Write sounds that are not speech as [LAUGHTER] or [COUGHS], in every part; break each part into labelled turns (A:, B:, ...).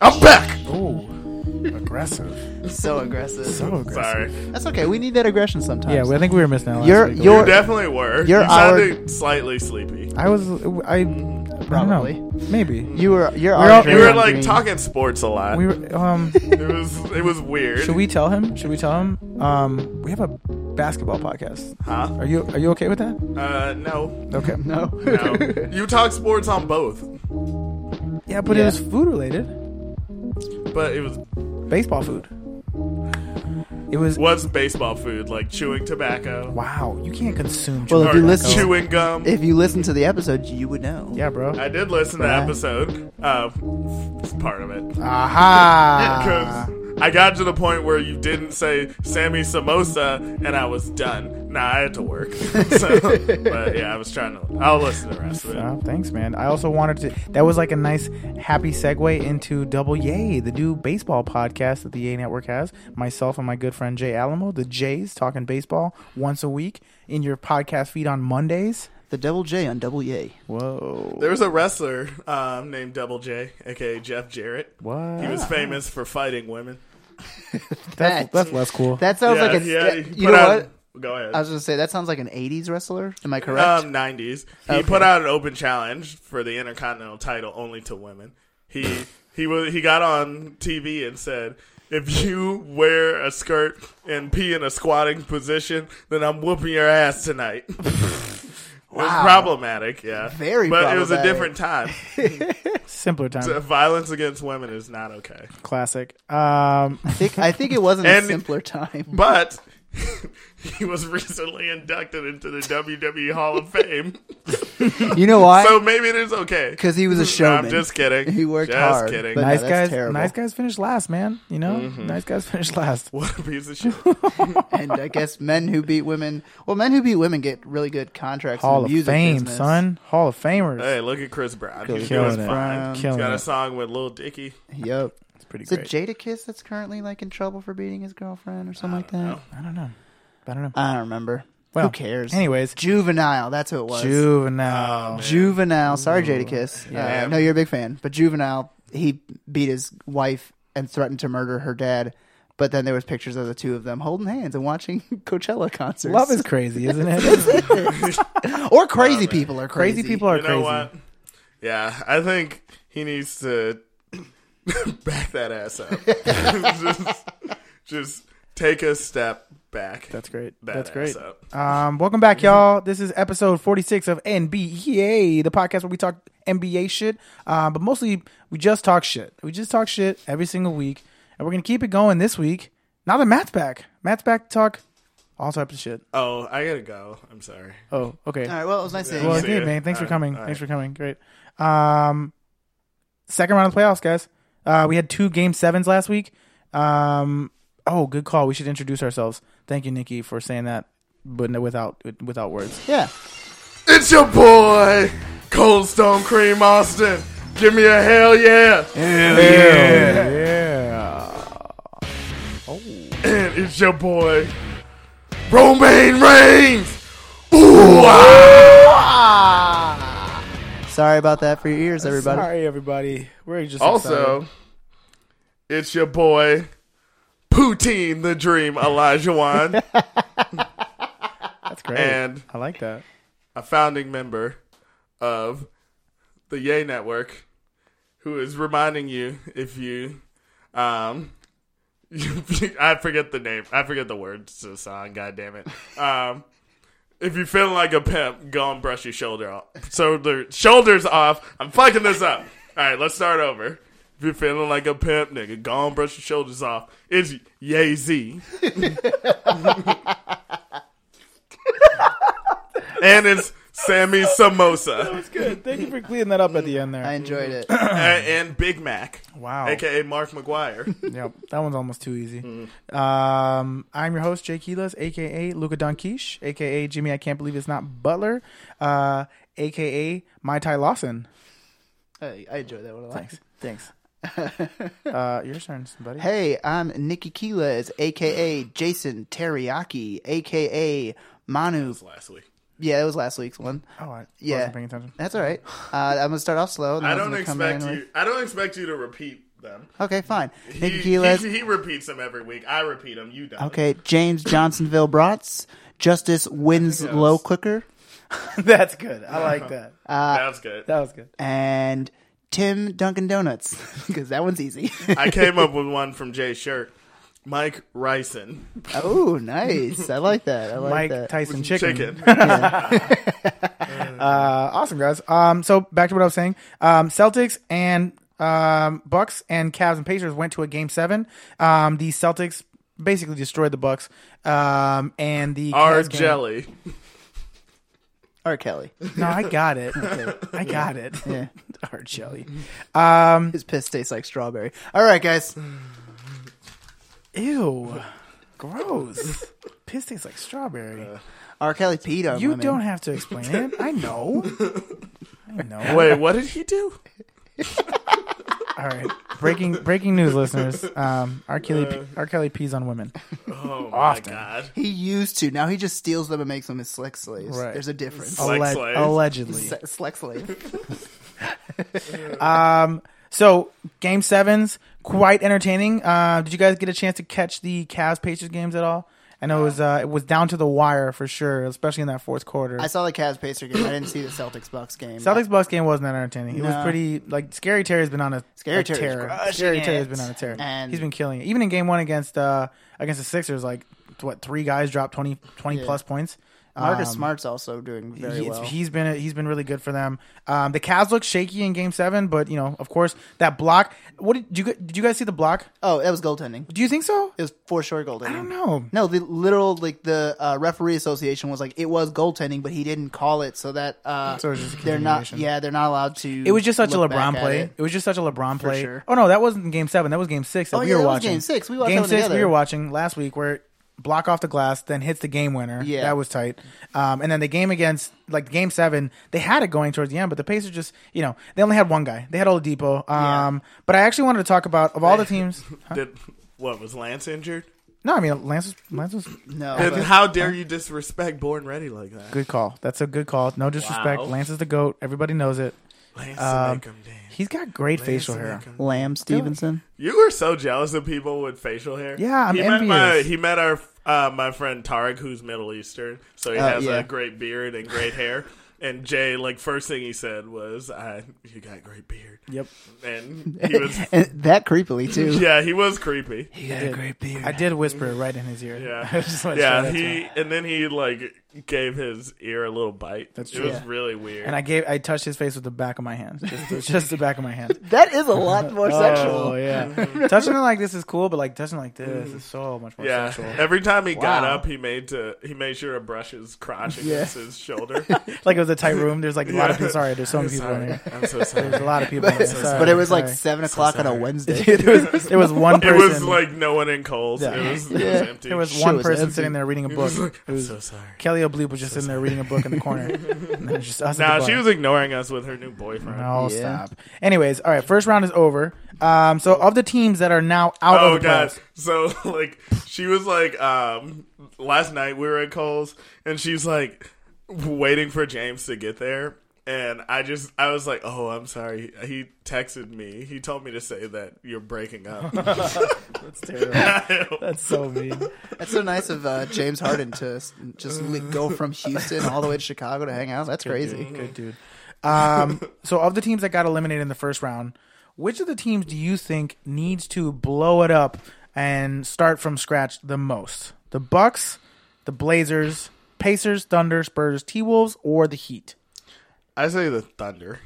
A: I'm back.
B: Oh, [LAUGHS] aggressive.
C: So aggressive.
B: So aggressive.
A: Sorry,
C: That's okay. We need that aggression sometimes.
B: Yeah, well, I think we were missing that last
C: You're-
B: week. a
C: you're-
B: little
A: you definitely were.
C: you're
A: you sounded slightly sleepy.
B: bit. I was. I, I don't
C: Probably.
B: know. Maybe.
C: You were. You're
B: We're all-
C: already
A: You were
B: I'm
A: like
C: green.
A: talking sports a lot.
B: We were. Um.
A: it was it was weird.
B: should we tell him? Should we tell him? Um. We have a basketball podcast.
A: Huh?
B: Are you Are you okay with that?
A: Uh, no,
B: Okay. [LAUGHS]
C: [LAUGHS] No. [LAUGHS]
A: no. you talk sports on both,
B: Yeah, but
C: Yeah.
B: it was food related.
A: but it was
B: Baseball food. It was.
A: was baseball food like chewing tobacco
B: Wow. You can't consume.
C: Well,
B: chocolate.
A: or
C: If you listen-
A: chewing gum.
C: if you listen to the episode, you would know.
B: yeah, bro.
A: I did listen to
C: Right.
A: episode, uh, f- part of it.
B: Aha.
A: Because
B: [LAUGHS]
A: I got to the point where you didn't say Sammy Samosa, and I was done. Nah, I had to work. [LAUGHS] so, but yeah, I was trying to. I'll listen to the rest of it.
B: Oh, thanks, man. I also wanted to. That was like a nice, happy segue into Double Yay, the new baseball podcast that the Yay Network has. Myself and my good friend Jay Alamo, the Jays, talking baseball once a week in your podcast feed on Mondays.
C: The double J on double Yay.
B: Whoa.
A: There was a wrestler um, named Double J, aka Jeff Jarrett.
B: What?
A: He was famous for fighting women.
B: That's,
C: That-
B: that's less cool.
C: That sounds
A: yeah,
C: like a.
A: yeah, he
C: you
A: put
C: know
A: out-
C: what?
A: Go ahead.
C: I was gonna say that sounds like an '80s wrestler. Am I correct?
A: Um, 90s. He put out an open challenge for the Intercontinental title only to women. He he was he got on TV and said, "If you wear a skirt and pee in a squatting position, then I'm whooping your ass tonight." [LAUGHS] It was problematic, yeah.
C: Very
A: But it was a different
C: problematic.
A: time.
C: [LAUGHS]
B: Simpler time.
A: So Violence against women is not okay.
B: Classic. Um,
C: I think I think it wasn't a
A: And-
C: simpler time.
A: But [LAUGHS] he was recently inducted into the WWE Hall of Fame.
C: [LAUGHS] You know why?
A: So maybe it is okay.
C: Because he was
A: [LAUGHS]
C: a
A: No,
C: showman.
A: I'm just kidding.
C: He worked
A: just
C: hard,
A: Kidding.
C: but-
B: nice
C: [LAUGHS] that's
B: guys.
C: terrible. Mm-hmm.
B: Nice guys finished last, man. You know, nice guys finished last.
A: [LAUGHS] What a piece of
C: [LAUGHS]
A: shit.
C: and I guess men who beat women. Well, men who beat women get really good contracts. in
B: Hall
C: the
B: of
C: music
B: Fame,
C: business.
B: son. Hall of Famers.
A: hey, look at Chris Brown. He's
B: Killing
A: doing
B: it.
A: fine.
C: Brown.
A: He's
B: Killing
A: got a
B: it.
A: song with Lil Dicky.
C: Yep.
B: It's pretty
C: Is it
B: great.
C: Jadakiss that's currently like in trouble for beating his girlfriend or something like that?
B: I don't know. I don't know.
C: I don't remember.
B: Well,
C: who cares?
B: Anyways,
C: Juvenile. That's who it was.
B: juvenile.
A: um,
C: Juvenile. Sorry, Jadakiss.
A: Yeah.
C: Uh, no, you're a big fan. But Juvenile, he beat his wife and threatened to murder her dad. But then there was pictures of the two of them holding hands and watching [LAUGHS] Coachella concerts.
B: [LAUGHS] Love is crazy, isn't it?
C: or crazy people are crazy.
B: [LAUGHS] crazy people are
A: You know
B: crazy.
A: what? Yeah, I think he needs to [LAUGHS] back that ass
C: [LAUGHS]
A: up. [LAUGHS] just, just take a step back.
B: That's great.
A: That
B: That's
A: ass
B: great.
A: up.
B: Um, welcome back, y'all. This is episode 46 of NBA, the podcast where we talk NBA shit. Uh, but mostly, we just talk shit. We just talk shit every single week. And we're going to keep it going this week. Now that Matt's back, Matt's back to talk all types of shit.
A: Oh, I gotta go. I'm sorry.
B: Oh, okay.
C: All right. Well, it was nice seeing
B: Well,
C: you.
B: I
A: See
B: did,
A: ya.
B: man. Thanks for
A: All right,
B: coming.
A: all
B: Thanks
A: right.
B: for coming. Great. Um, second round of the playoffs, guys. Uh, we had two game sevens last week. Um, oh, good call. We should introduce ourselves. Thank you, Nikki, for saying that, but no- without without words.
C: Yeah.
A: It's your boy, Cold Stone Cream Austin. Give me a hell yeah.
B: Yeah.
A: And it's your boy, Romaine Reigns. Ooh, ah.
C: Sorry about that for your ears, everybody.
B: Sorry, everybody. We're just
A: Also, it's your boy, Poutine the Dream, Elijah Wan,
B: that's great.
A: and
B: I like that.
A: a founding member of the Yay Network, who is reminding you if you, um, [LAUGHS] I forget the name, I forget the words to the song. God damn it. Um, if you're feeling like a pimp, go and brush your shoulder off. Shoulder, shoulders off. I'm fucking this up. All right, let's start over. If you're feeling like a pimp, nigga, go and brush your shoulders off. It's Yay Z. and it's Sammy Samosa
B: Good. Thank you for cleaning that up at the end there.
C: I enjoyed it. [COUGHS]
A: and, and Big Mac,
B: wow.
A: aka Mark McGuire.
B: [LAUGHS] Yep, that one's almost too easy.
A: Mm-hmm.
B: Um, I'm your host, Jake Helas, aka Luca Donkish, aka Jimmy. I can't believe it's not Butler, uh, aka My Ty Lawson.
C: I, I enjoyed that one a lot.
B: Thanks, thanks. [LAUGHS] uh, your turn, buddy.
C: Hey, I'm Nikki Keelas, aka Jason Teriyaki, aka Manu.
A: Last week.
C: Yeah, it was last week's one.
B: Oh, I
C: Yeah.
B: wasn't paying attention.
C: That's all right. Uh, I'm gonna start off slow. and then
A: I
C: I'm
A: don't
C: gonna come
A: expect
C: in
A: you.
C: with-
A: I don't expect you to repeat them.
C: Okay, fine.
A: He,
C: Nikki
A: he, [LAUGHS]
C: Keelas.
A: he repeats them every week. I repeat them. You don't.
C: Okay, James Johnsonville Bratz. Justice Winslow [LAUGHS] Clicker.
B: That's good. I
A: Uh-huh.
B: like that.
A: That's good.
B: Uh, That was good.
C: Uh, and Tim Dunkin' Donuts [LAUGHS] because that one's easy.
A: [LAUGHS]
C: [LAUGHS]
A: I came up with one from Jay Shirt. Mike Ryson.
C: oh, nice! I like that. I like
B: Mike
C: that.
B: Tyson chicken. [LAUGHS]
A: Chicken.
B: Uh, awesome guys. Um, so back to what I was saying. Um, Celtics and um, Bucks and Cavs and Pacers went to a game seven. Um, the Celtics basically destroyed the Bucks. Um, and the
A: R.
B: Cavs game-
A: Jelly.
C: R. [LAUGHS] Kelly,
B: No, I got [LAUGHS] it. I got it.
C: Yeah. Um,
B: Hard
C: [LAUGHS]
B: jelly.
C: his piss tastes like strawberry. All right, guys.
B: Ew. Gross. Piss tastes like strawberry.
C: R. Kelly peed on
B: you
C: women.
B: don't have to explain it. I know. I know.
A: Wait, what did he do?
B: All right. Breaking breaking news, listeners. Um, R. Kelly,
C: Uh,
B: R. Kelly pees on women.
A: Oh
B: Often.
A: my god.
C: He used to. Now he just steals them and makes them his sex slaves.
B: Right.
C: There's a difference.
A: Sex
B: Alle-
A: slaves.
B: allegedly.
C: Se- Sex slave.
B: So game sevens quite entertaining. Uh, did you guys get a chance to catch the Cavs Pacers games at all? I know it was uh, it was down to the wire for sure, especially in that fourth quarter.
C: I saw the Cavs Pacer game. I didn't see the Celtics Bucks game.
B: Celtics Bucks game wasn't that entertaining. It was
C: No.
B: pretty like Scary Terry's been on a
C: Scary
B: a
C: Terry's
B: tear.
C: crushing
B: Scary Terry's
C: it.
B: been on a tear.
C: And-
B: He's been killing it. Even in game one against uh against the Sixers, like what three guys dropped 20, 20
C: Yeah.
B: plus points.
C: Marcus
B: Um,
C: Smart's also doing very
B: he's-
C: well.
B: He's been he's been really good for them. Um, the Cavs look shaky in Game Seven, but you know, of course, that block. What did, did you gu- did you guys see the block?
C: oh, that was goaltending.
B: Do you think so?
C: It was for sure goaltending.
B: I don't know.
C: No, the literal like the uh, referee association was like it was goaltending, but he didn't call it, so that uh,
B: So it was just a
C: they're not.
B: continuation.
C: Yeah, they're not allowed to.
B: It was just such a
C: look
B: LeBron
C: back at
B: play. It.
C: it.
B: was just such a LeBron play.
C: sure.
B: Oh no, that wasn't Game Seven. That was Game Six that
C: Oh,
B: we
C: yeah,
B: were
C: that was
B: watching.
C: Game Six. We watched
B: Game
C: that one
B: Six we
C: together.
B: were watching last week where block off the glass, then hits the game winner.
C: Yeah.
B: that was tight. Um, and then the game against like Game Seven, they had it going towards the end, but the Pacers just you know they only had one guy. They had Oladipo. Um, but I actually wanted to talk about of all
C: [LAUGHS]
B: the teams. Huh?
A: Did what was Lance injured?
B: No, I mean Lance. Was, Lance was
C: No,
A: And
C: but
A: how dare you disrespect Born Ready like that?
B: good call. That's a good call. No disrespect.
A: Wow.
B: Lance is the goat. Everybody knows it.
A: Lance
B: Um,
A: make him dance.
B: He's got great
A: Lance
B: facial
A: to
B: hair.
A: make 'em-
C: Lamb Stevenson.
A: You were so jealous of people with facial hair.
B: Yeah, I'm
A: he met my,
B: envious.
A: He met our uh, my friend Tarek, who's Middle Eastern, so he
B: Uh,
C: Oh,
A: has
C: yeah.
A: a great beard and great hair. And Jay, like first thing he said was, "I, you got great beard."
B: Yep.
A: And he
B: [LAUGHS]
A: was,
C: And that creepily too.
A: yeah, he was creepy.
C: He got a great beard.
B: I did whisper it right in his ear.
A: Yeah,
B: I just wanted to show
A: yeah.
B: that to him.
A: He and then he like gave his ear a little bite. That's
B: true.
A: It was
C: Yeah.
A: really weird.
B: and I gave I touched his face with the back of my hand,
C: [LAUGHS]
B: just, just the back of my hand.
C: that is a lot more sexual.
B: Oh
C: [LAUGHS]
B: yeah, touching it like this is cool, but like touching it like this
C: Mm-hmm.
B: is so much more
A: yeah,
B: sexual.
A: every time he got
C: Wow.
A: up, he made to he made sure to brush his crotch against his
B: [LAUGHS]
A: shoulder.
B: Like it was a tight room. There's like a lot of people. Sorry, there's so many
A: I'm
B: people in
A: sorry.
B: here.
A: I'm so sorry.
B: There's a lot of
C: [LAUGHS]
B: people. in here. Sorry,
C: But it was like
B: sorry.
C: seven o'clock on a Wednesday. [LAUGHS]
B: there [LAUGHS] was there was one
A: It
B: person.
A: was like no one in Coles.
B: Yeah.
A: It, was,
C: Yeah.
A: it was empty.
B: there was
C: shit
B: one
C: was
B: person
C: empty.
B: sitting there reading a
A: It
B: book.
A: was like,
B: It
A: I'm
B: was
A: so sorry.
B: Kelly O'Bleep was just sitting there reading a book in the
C: [LAUGHS]
B: corner. and it was just us. at
A: Nah,
B: the
A: she
B: bar.
A: was ignoring us with her new boyfriend.
B: No,
C: Yeah.
B: stop. Anyways, all right. First round is over. Um, so of the teams that are now out
A: Oh
B: of the
A: god.
B: playoffs,
A: So [LAUGHS] like she was like um last night we were at Cole's and she's like waiting for James to get there and I just I was like, "Oh, I'm sorry. He texted me. He told me to say that you're breaking up."
B: [LAUGHS] that's terrible.
A: [LAUGHS]
B: That's so mean.
C: That's so nice of uh, James Harden to s- just li- go from Houston all the way to Chicago to hang out. That's crazy.
B: Good dude. Um, so of the teams that got eliminated in the first round, which of the teams do you think needs to blow it up and start from scratch the most? The Bucks, the Blazers, Pacers, Thunder, Spurs, T Wolves, or the Heat?
A: I say the Thunder.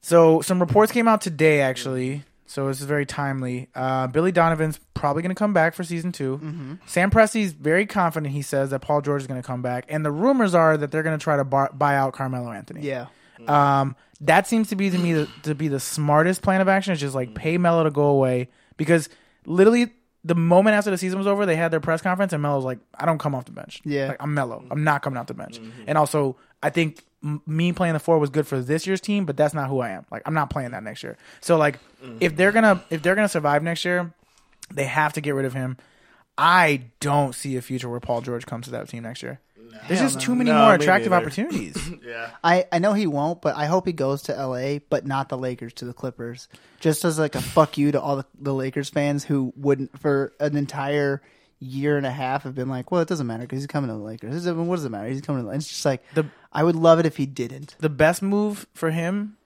B: So some reports came out today, actually. So this is very timely. Uh, Billy Donovan's probably going to come back for season 2 Sam Presti's very confident. He says that Paul George is going to come back, and the rumors are that they're going to try to bar- buy out Carmelo Anthony.
C: Yeah.
B: Um, that seems to be to me the, to be the smartest plan of action. Is just like pay Melo to go away because literally the moment after the season was over, they had their press conference and Melo's like, "I don't come off the bench.
C: Yeah.
B: like, I'm Melo. I'm not coming off the bench."
A: Mm-hmm.
B: And also, I think m- me playing the four was good for this year's team, but that's not who I am. Like, I'm not playing that next year. So like,
A: Mm-hmm.
B: if they're gonna if they're gonna survive next year, they have to get rid of him. I don't see a future where Paul George comes to that team next year. There's just
C: no.
B: too many
A: No,
B: more
A: me
B: attractive
A: neither.
B: opportunities.
A: [CLEARS THROAT] Yeah.
C: I, I know he won't, but I hope he goes to L.A., but not the Lakers to the Clippers. Just as like a fuck you to all the, the Lakers fans who wouldn't for an entire year and a half have been like, well, it doesn't matter because he's coming to the Lakers. It doesn't- what does it matter? He's coming to the. It's just like
B: The-
C: I would love it if he didn't.
B: the best move for him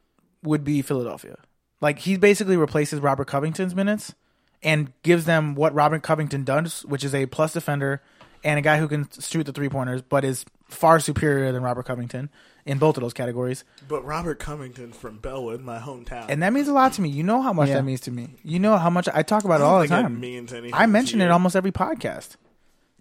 B: would be Philadelphia. Like he basically replaces Robert Covington's minutes and gives them what Robert Covington does, which is a plus defender and a guy who can shoot the three pointers, but is far superior than Robert Covington in both of those categories.
A: But Robert Covington from Bellwood, my hometown.
B: And that means a lot to me. You know how much
C: Yeah.
B: that means to me. You know how much I talk about it
A: I don't
B: all the
A: think it
B: time.
A: means anything
B: I mention
A: to
B: it
A: you.
B: almost every podcast.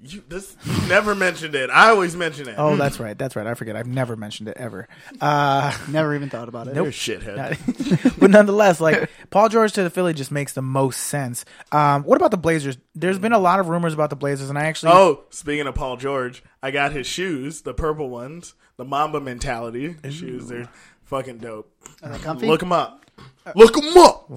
A: You, this, you never mentioned it. I always mention it.
B: Oh, that's right. That's right. I forget. I've never mentioned it ever. Uh,
C: Never even thought about it.
A: You're a shithead.
B: [LAUGHS] but nonetheless, like Paul George to the Philly just makes the most sense. Um, what about the Blazers? There's been a lot of rumors about the Blazers, and I actually
A: [LAUGHS] Oh, speaking of Paul George, I got his shoes, the purple ones, the Mamba mentality shoes. They're fucking dope.
C: Are they comfy?
A: Look them up. Look them up.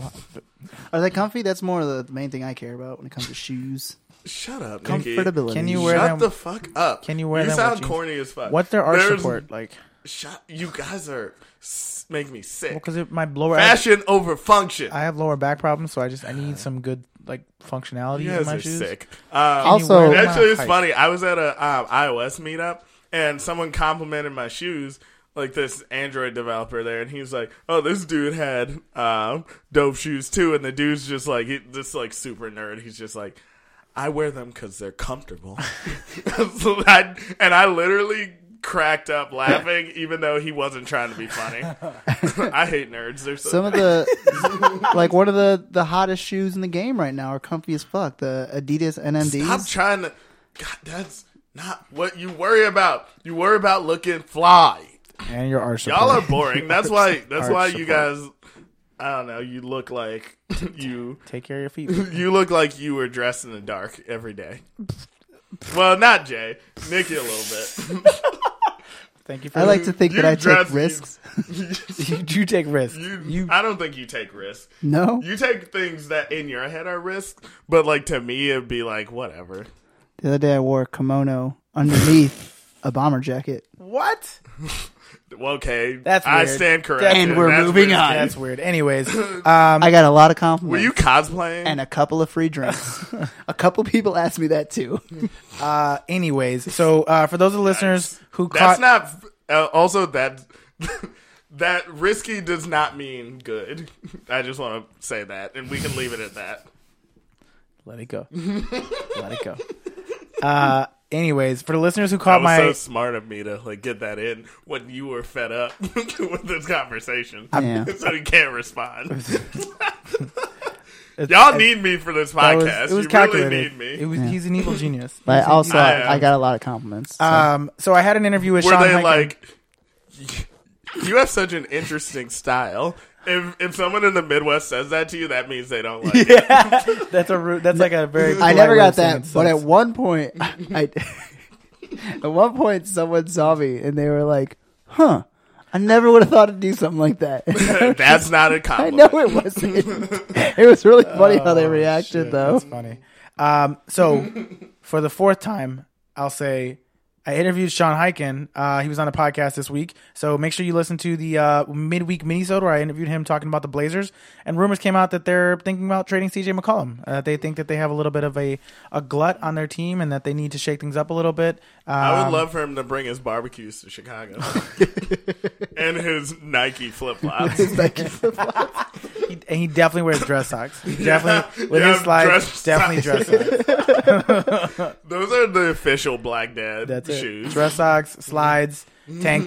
C: Are they comfy? That's more the the main thing I care about when it comes to shoes.
A: Shut up, Nikki.
C: Comfortability.
B: Can you wear
A: Shut
B: them?
A: the fuck up.
B: Can you wear
A: You
B: them with
A: sound
B: jeans?
A: corny as fuck.
B: What's their arch
A: There's-
B: support like?
A: Shut. You guys are s- make me sick.
B: Because it my lower, I,
A: Fashion over function.
B: I have lower back problems, so I just I need some good like functionality
A: you
B: in
A: guys
B: my
A: are
B: shoes.
A: sick. Um,
B: Can you wear
C: Also-
B: them on
A: Actually, it's
B: hike?
A: funny. I was at a um, iOS meetup, and someone complimented my shoes. Like this Android developer there, and he's like, "Oh, this dude had um, dope shoes too." And the dude's just like, he, this like super nerd. He's just like, "I wear them because they're comfortable." [LAUGHS] So I- and I literally cracked up laughing, even though he wasn't trying to be funny. [LAUGHS] I hate nerds. They're so,
C: Some of the like one of the the hottest shoes in the game right now are comfy as fuck. The Adidas NMDs.
A: Stop trying to. God, that's not what you worry about. You worry about looking fly.
B: And your arch support.
A: Y'all
B: [LAUGHS]
A: are boring. That's why. That's
B: Arch
A: why you
B: support.
A: guys. I don't know. You look like you.
B: Take care of your feet.
A: You look like you were dressed in the dark every day. Well, not Jay. Nikki a little bit. [LAUGHS]
B: Thank you. for
C: I like to think
A: You
C: that I
A: dress-
C: take risks.
B: [LAUGHS] you, you take
A: [LAUGHS]
B: risks.
A: You,
B: You-
A: I don't think you take risks.
C: No,
A: You take things that in your head are risks, but like to me, it'd be like whatever.
C: the other day I wore a kimono underneath a bomber jacket.
B: what?
A: Well, okay,
B: That's
A: I
B: weird.
A: stand corrected.
C: And we're
A: That's
C: moving
A: weird.
C: on.
B: That's
A: [LAUGHS]
B: weird. Anyways, um,
C: I got a lot of
A: Were
C: compliments
A: you cosplaying?
C: and a couple of free drinks. a couple people asked me
A: [LAUGHS]
C: that too.
B: uh, anyways, so uh, for those of the listeners who
A: That's
B: caught
A: not. Uh, also, that [LAUGHS] that risky does not mean good. I just want to say that, and we can leave it at that.
B: Let it
C: [LAUGHS]
B: go. Let it go. Uh, anyways, for the listeners who
A: That
B: caught
A: was
B: my,
A: so smart of me to like get that in when you were fed up [LAUGHS] with this conversation, [LAUGHS]
C: Yeah.
A: so you can't
B: [LAUGHS]
A: respond.
B: It's-
A: Y'all need me for this
B: that
A: podcast.
B: was- it was
A: you
B: calculated.
A: really need me.
B: It was, He's an evil genius.
C: [LAUGHS] But
B: He's an
C: also,
A: I am.
C: I, got a lot of compliments. so.
B: evil- um, so I had an interview with
A: Were
B: Sean.
A: they
B: Hyken.
A: like, you have such an interesting style. If if someone in the Midwest says that to you, that means they
B: [LAUGHS]
A: don't like you.
B: that's a rude, that's like a very.
C: I never
B: polite way of
C: got
B: saying
C: that,
B: it
C: but at
B: sucks.
C: one point, I [LAUGHS] at one point someone saw me and they were like, "Huh." I never would have thought to do something
A: [LAUGHS]
C: like that.
A: That's not a
C: I
A: compliment.
C: know [LAUGHS] it wasn't. it was really funny how they reacted,
B: Shit,
C: though.
B: [LAUGHS] that's
C: [LAUGHS]
B: funny. Um, so for the fourth time, I'll say I interviewed Sean Hyken. Uh, he was on a podcast this week, so make sure you listen to the uh, midweek minisode where I interviewed him talking about the Blazers. And rumors came out that they're thinking about trading CJ McCollum. Uh, they think that they have a little bit of a, a glut on their team and that they need to shake things up a little bit.
A: I
B: Um,
A: would love for him to bring his barbecues to
B: [LAUGHS]
A: Chicago and his Nike flip flops.
B: he, and he definitely wears dress socks. He definitely
A: [LAUGHS]
B: with
A: yeah,
B: his slides,
A: dress
B: definitely
A: socks.
B: dress socks.
A: Those are the official Black Dad
B: That's it.
A: shoes.
B: Dress socks, slides, tank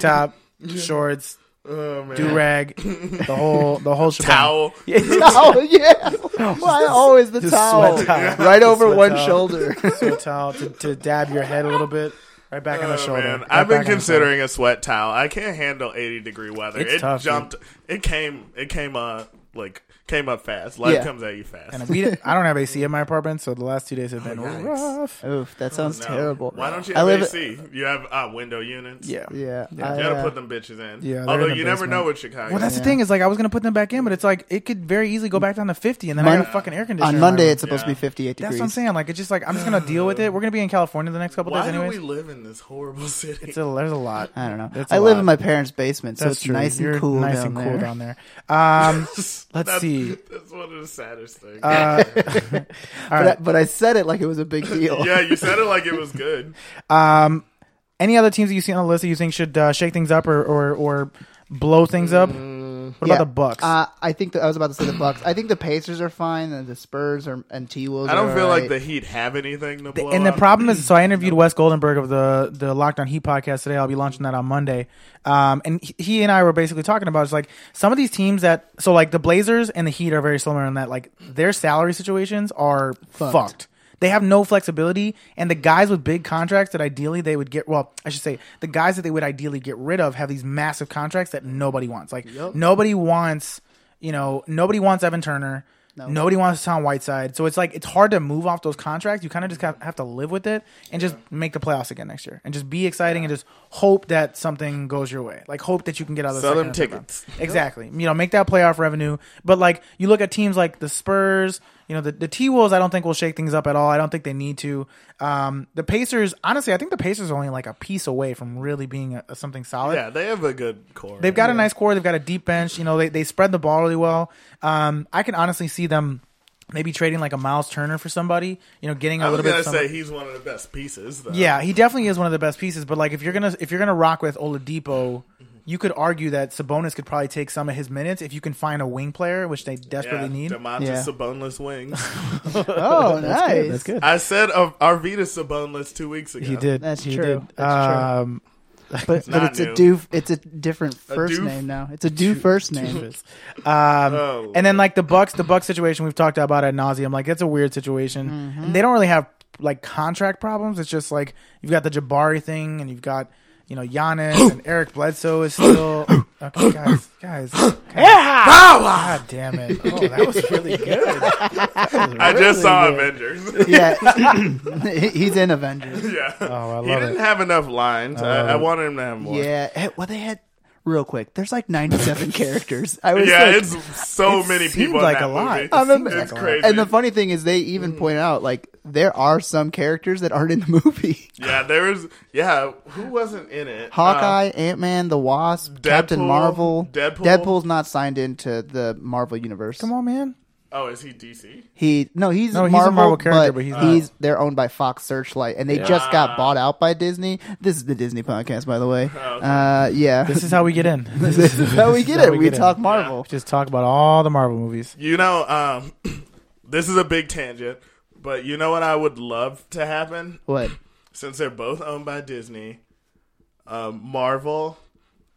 A: [LAUGHS]
B: top, shorts,
A: Oh man,
B: do rag, the whole the whole shebang.
A: towel.
C: towel, Oh, yeah. Why always the
B: Just
C: towel?
B: sweat towel.
C: Right over
B: Sweat
C: one
B: towel.
C: [LAUGHS] shoulder.
B: So towel to, to dab your head a little bit, right back on the
A: Oh,
B: shoulder.
A: man.
B: Right
A: I've been
B: back on the shoulder.
A: considering a sweat towel. I can't handle 80 degree weather.
B: It's
A: it
B: tough,
A: jumped. It came. It came. Uh, like came up fast. Life
C: Yeah.
A: comes at you fast.
B: And we, I don't have AC in my apartment, so the last two days have been
A: Oh, yikes.
B: rough.
C: Oof, that sounds
A: Oh, No.
C: terrible.
A: Why don't you
C: I
A: have
C: live-
A: AC? You have uh, window units.
B: Yeah.
C: Yeah,
A: You
C: I,
A: gotta
C: uh,
A: put them bitches in.
B: Yeah, they're
A: Although
B: in the
A: you never
B: basement.
A: know with Chicago.
B: Well, that's the
C: Yeah.
B: thing is like I was gonna put them back in, but it's like it could very easily go back down to 50, and then I
C: Mon-
B: got
A: uh,
B: a fucking air conditioner.
C: on
B: in my
C: Monday
B: room.
C: it's supposed to
A: Yeah.
C: be 58 degrees.
B: that's what I'm saying. Like it's just like I'm just gonna deal with it. We're gonna be in California the next couple
A: Why
B: days, anyways.
A: do we live in this horrible [LAUGHS] city?
B: It's a, there's a lot.
C: I don't know.
B: That's a
C: I live
B: lot.
C: in my parents' basement, so
B: That's
C: it's
B: true.
C: nice and
B: You're
C: cool
B: Nice
C: down
B: and
C: there.
B: cool down there.
A: [LAUGHS]
B: Um,
A: let's
B: see.
A: That's one of the saddest things.
B: uh, all
C: But, I,
B: right.
C: but I said it like it was a big
A: [LAUGHS]
C: deal.
A: yeah, you said it like it was good.
B: Um, any other teams that you see on the list that you think should uh, shake things up or or, or blow things up? What
C: Yeah.
B: about the Bucks?
C: Uh, I think the, I was about to say the Bucks. I think the Pacers are fine, and the Spurs are, and T Wolves.
A: I don't
C: are
A: feel like
C: alright.
A: the Heat have anything to
B: The-
A: blow
B: and the
A: up.
B: problem is, so I interviewed Wes Goldenberg of the the Lockdown Heat podcast today. I'll be launching that on Monday. Um, and he- he and I were basically talking about it's like some of these teams that so like the Blazers and the Heat are very similar in that like their salary situations are fucked. They have no flexibility, and the guys with big contracts that ideally they would get well, I should say the guys that they would ideally get rid of have these massive contracts that nobody wants. Like nobody wants, you know, nobody wants Evan Turner. Nobody wants Tom Whiteside. So it's like it's hard to move off those contracts. You kind of just kinda have to live with it and just make the playoffs again next year and just be exciting and just hope that something goes your way. Like hope that you can get out of the
A: Sell
B: second
A: them
B: or third round.
A: tickets.
B: Exactly. You know, make that playoff revenue. But like you look at teams like the Spurs, you know, the, the T Wolves I don't think will shake things up at all. I don't think they need to. Um the Pacers, honestly, I think the Pacers are only like a piece away from really being a, a something solid.
A: yeah, they have a good core.
B: They've got a nice core. They've got a deep bench. You know, they, they spread the ball really well. Um, I can honestly see them maybe trading like a Miles Turner for somebody. You know, getting a
A: I was
B: little bit.
A: gonna
B: of some-
A: say he's one of the best pieces. Though.
B: yeah, he definitely is one of the best pieces. But like, if you're gonna if you're gonna rock with Oladipo,
A: Mm-hmm.
B: you could argue that Sabonis could probably take some of his minutes if you can find a wing player, which they desperately need.
A: Demontis
C: Yeah.
A: Sabonis wings.
B: [LAUGHS]
C: Oh, [LAUGHS] nice.
A: I said uh, Arvita Sabonis two weeks ago.
B: He did.
C: That's
B: he
C: true.
B: Did.
C: That's
B: um,
C: But, but
A: not
C: it's a
A: new.
C: do. It's a different first
A: doof?
C: name now. It's a do first name.
B: um,
A: Oh,
B: And then like the Bucks, the Bucks situation we've talked about at nauseum. Like it's a weird situation. And they don't really have like contract problems. It's just like you've got the Jabari thing, and you've got you know Giannis [COUGHS] and Eric Bledsoe is [COUGHS] still okay, guys. [COUGHS] Guys, yeah, God damn it! Oh, that was [LAUGHS] really good.
A: I just saw Avengers. [LAUGHS]
C: yeah, he's in Avengers.
A: yeah,
B: [LAUGHS] Oh, I
A: he
B: love
A: didn't
B: it. Uh,
A: have enough lines. I, I wanted him to have more.
C: Yeah. Hey, well, they had real quick. There's
A: [LAUGHS]
C: like 97 characters. I was
A: Yeah,
C: like,
A: it's so
B: it
A: many
B: seemed
A: people. in
B: like
A: that
B: a lot.
A: movie.
B: I'm
C: a-
A: it's
B: like a lot.
A: crazy. Mm.
C: and the funny thing is, they even point out like there are some characters that aren't in the
A: [LAUGHS]
C: movie.
A: yeah, there was. Yeah, who wasn't in it? Um,
C: Hawkeye, Ant Man, the Wasp, Captain
A: Uh, Deadpool,
C: Marvel.
A: Deadpool.
C: Deadpool's not signed into the Marvel universe.
B: Come on, man.
A: Uh, oh, is he DC?
C: He no, he's
B: No, he's a
C: Marvel,
B: Marvel character,
C: but,
B: but he's
C: he's,
B: not.
C: they're owned by Fox Searchlight, and they just got bought out by Disney. This is the Disney podcast, by the way. Uh, yeah,
B: This is how we get in. [LAUGHS] This is-
C: [LAUGHS] this is how we get
B: how
C: it.
B: we
C: We,
B: get it.
C: talk Marvel.
B: just talk about all the Marvel movies.
A: You know, um, [CLEARS THROAT] this is a big tangent, but you know what I would love to happen
C: What?
A: since they're both owned by Disney, um, Marvel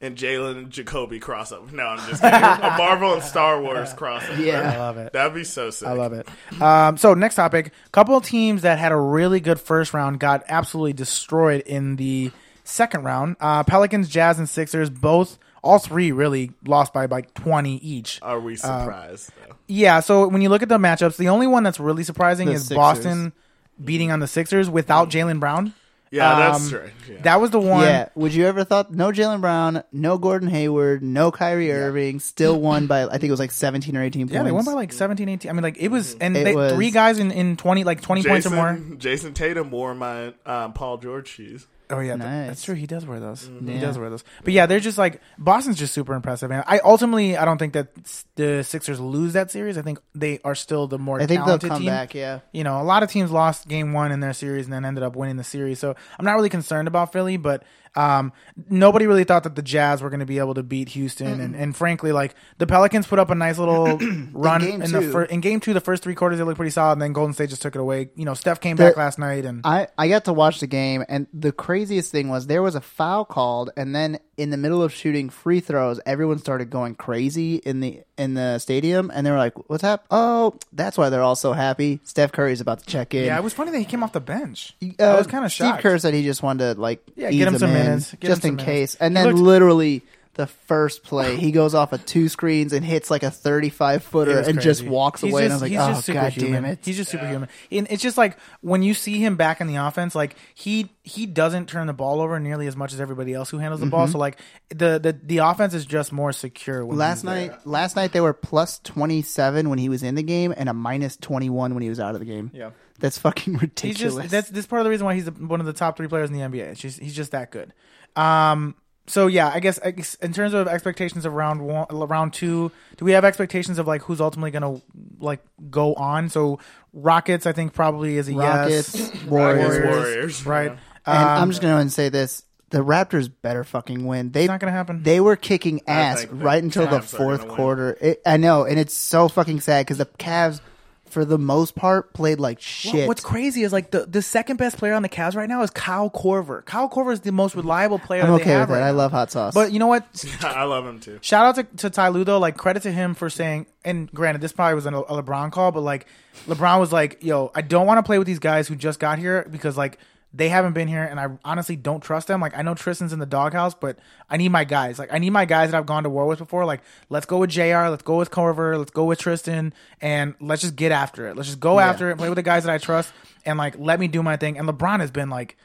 A: and Jalen and Jacoby crossover. No, I'm just kidding.
B: [LAUGHS]
A: a Marvel and Star Wars crossover.
B: I
C: Yeah.
B: love it.
A: That'd be so sick.
B: I love it. Um, so next topic: couple of teams that had a really good first round got absolutely destroyed in the second round. Uh, Pelicans, Jazz, and Sixers both. All three really lost by like twenty each.
A: Are we surprised? though?
B: Yeah, so when you look at the matchups, the only one that's really surprising
C: The
B: is
C: Sixers.
B: Boston beating on the Sixers without Jalen Brown.
A: Yeah, that's
B: um,
A: strange. Yeah.
B: That was the one.
C: Yeah. Would you ever thought no Jalen Brown, no Gordon Hayward, no Kyrie Irving, still won by I think it was like 17 or 18 points.
B: Yeah, they won by like 17, 18. I mean, like it was, and
C: It
B: they,
C: was-
B: three guys in, in twenty, like twenty points or more.
A: Jason, Jason Tatum wore my um, Paul George shoes. [LAUGHS]
B: Oh yeah, th-
C: Nice. Mm-hmm.
B: that's true. He does wear those. He
C: Yeah.
B: does wear those. But yeah, they're just like Boston's just super impressive. And I ultimately, I don't think that s- the Sixers lose that series. I think they are still the more
C: I think they'll
B: talented
C: come
B: team.
C: back. Yeah.
B: You know, a lot of teams lost game one in their series and then ended up winning the series. So I'm not really concerned about Philly, but um, nobody really thought that the Jazz were going to be able to beat Houston. And, and frankly, like the Pelicans put up a nice
C: [CLEARS THROAT]
B: little [CLEARS THROAT] run in,
C: game
B: the
C: two.
B: fir- in game two. The first three quarters they looked pretty solid, and then Golden State just took it away. You know, Steph came
C: They're-
B: back last night and.
C: I, I got to watch the game, and the craziest thing was there was a foul called, and then in the middle of shooting free throws, everyone started going crazy in the in the stadium, and they were like, "What's happening? Oh, that's why they're all so happy. Steph Curry's about to check in."
B: yeah, it was funny that he came off the bench.
C: Uh,
B: I was kind of shocked.
C: Steve Kerr said he just wanted to like
B: Yeah,
C: ease
B: get him some
C: in,
B: minutes. Get
C: just
B: him some
C: in
B: minutes.
C: case, and
B: He
C: then
B: looked-
C: literally the first play, he goes off of two screens and hits like a 35 footer and just walks
B: He's
C: away.
B: just-
C: and
B: he's
C: I was
B: just
C: like, oh, god
B: superhuman.
C: damn it.
B: He's just superhuman. And it's just like when you see him back in the offense, like he he doesn't turn the ball over nearly as much as everybody else who handles the
C: Mm-hmm.
B: ball. So like the the, the offense is just more secure. When
C: Last
B: he's there.
C: night, last night they were plus 27 when he was in the game and a minus 21 when he was out of the game.
B: Yeah.
C: That's fucking
B: he's
C: ridiculous.
B: just that's this part of the reason why he's the, one of the top three players in the NBA. It's just, he's just that good. Um. So yeah, I guess I guess in terms of expectations of round one, round two, do we have expectations of like who's ultimately gonna like go on? So Rockets, I think probably is a
C: Rockets,
B: yes,
C: Warriors. Um,
A: Rockets, Warriors.
B: right?
A: Yeah.
C: And I'm just going to say this. The Raptors better fucking win. They
B: It's not gonna happen.
C: They were kicking ass
A: think the
C: right
A: Cavs
C: until the
A: are gonna
C: fourth
A: win.
C: quarter. It, I know, and it's so fucking sad because the Cavs, for the most part, played like
B: Well,
C: shit.
B: What's crazy is like the, the second best player on the Cavs right now is Kyle Corver. Kyle Corver is the most reliable player.
C: I'm
B: that they
C: okay
B: have
C: with that.
B: right
C: I
B: now.
C: love hot sauce.
B: But you know what?
A: I love him too.
B: Shout out to, to Ty Lue though. Like credit to him for saying. And granted, this probably was an, a LeBron call, but like LeBron was like, "Yo, I don't want to play with these guys who just got here because like they haven't been here, and I honestly don't trust them. Like I know Tristan's in the doghouse, but I need my guys. Like I need my guys that I've gone to war with before. Like let's go with Jr. Let's go with Corver. Let's go with Tristan, and let's just get after it. Let's just go after it and play with the guys that I trust, and like let me do my thing. And LeBron has been like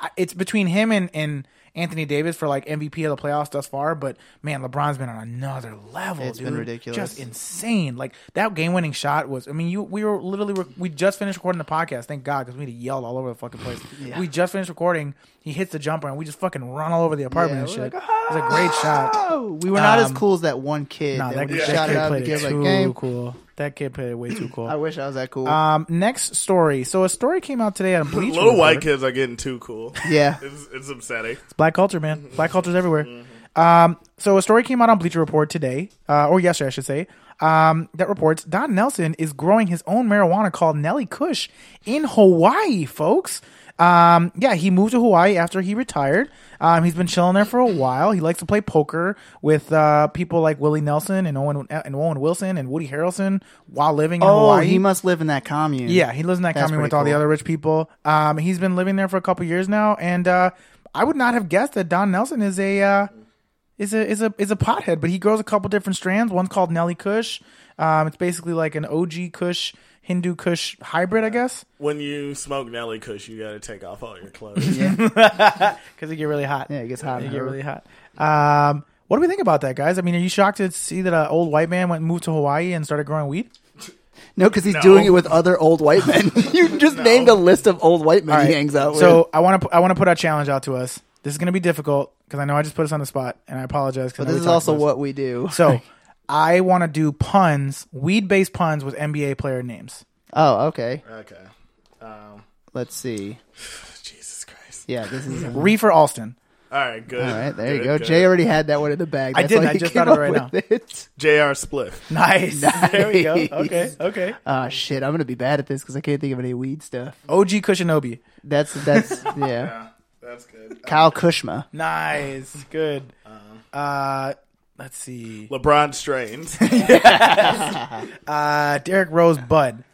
B: I- it's between him and, and Anthony Davis for like MVP of the playoffs thus far. But man, LeBron's been on another level.
C: It's
B: dude.
C: been ridiculous.
B: just insane. Like that game-winning shot was. I mean, you we were literally rec- we just finished recording the podcast. Thank God because we had yelled all over the fucking
C: [LAUGHS]
B: place. We just finished recording. He hits the jumper and we just fucking run all over the apartment
C: Yeah,
B: and
C: we're
B: shit. it was a great shot.
C: Oh, we were not as
B: Um,
C: cool as that one kid
B: No,
C: that,
B: that,
C: when he
B: that
C: shot it
B: kid
C: out of
B: played
C: the
B: it
C: kid like
B: too
C: game.
B: cool. That kid played it way
C: [LAUGHS]
B: too cool.
C: I wish I was that cool.
B: um, next story. So a story came out
C: [LAUGHS]
B: today on Bleacher
A: Little white
B: Report.
A: kids are getting too cool.
C: yeah,
A: It's, it's upsetting.
B: black culture, man. Black culture's everywhere. Um, so a story came out on Bleacher Report today, uh, or yesterday, I should say, um, that reports Don Nelson is growing his own marijuana called Nelly Kush in Hawaii, folks. Um, yeah, he moved to Hawaii after he retired. Um, he's been chilling there for a while. He likes to play poker with uh, people like Willie Nelson and Owen and Owen Wilson and Woody Harrelson while living in
C: oh,
B: Hawaii.
C: he must live in that commune.
B: Yeah, he lives in that
C: That's
B: commune with
C: pretty
B: all the
C: cool.
B: other rich people. Um, he's been living there for a couple years now, and uh, I would not have guessed that Don Nelson is a uh, is a is a is a pothead. But he grows a couple different strands. One's called Nelly Kush. Um, it's basically like an OG Kush Hindu Kush hybrid, I guess,
A: When you smoke Nelly Kush, you got to take off all your clothes.
B: because it get really hot.
C: yeah, it gets hot.
B: They
C: in
B: get
C: her.
B: really hot. Um, what do we think about that, guys? I mean, are you shocked to see that an old white man went and moved to Hawaii and started growing weed?
C: No, because he's
A: No.
C: doing it with other old white
B: [LAUGHS]
C: men. you just named a list of old white men
B: All
C: he
B: right.
C: hangs out with.
B: So I want to I want to put a challenge out to us. This is going to be difficult because I know I just put us on the spot, and I apologize. 'cause I
C: but
B: know
C: this
B: we
C: is
B: talked
C: also
B: about this.
C: what we do.
B: So I want to do puns, weed based puns with NBA player names.
C: Oh, okay.
A: [LAUGHS] okay. Um,
C: Let's see.
A: Jesus Christ.
C: Yeah, this is.
B: Reefer Alston.
A: All right, good.
C: [LAUGHS] All right, there you
A: Good,
C: go.
A: good.
C: Jay already had that one in the bag.
B: I
C: That's
B: didn't.
C: why
B: I
C: he
B: just
C: came
B: thought of
C: up
B: it right
C: with it. [LAUGHS]
A: JR Spliff.
B: Nice. [LAUGHS] There we go.
C: Nice.
B: Okay. Okay.
C: Oh shit! I'm gonna be bad at this because I can't think of any weed stuff.
B: OG Kushinobi.
C: That's
B: [LAUGHS]
C: that's yeah.
A: Yeah, that's good.
C: Kyle Kushma.
B: Nice. Good.
C: Uh-huh.
B: Uh, let's see.
A: LeBron
B: [LAUGHS]
A: Strains.
B: Uh, Derek Rose Bud.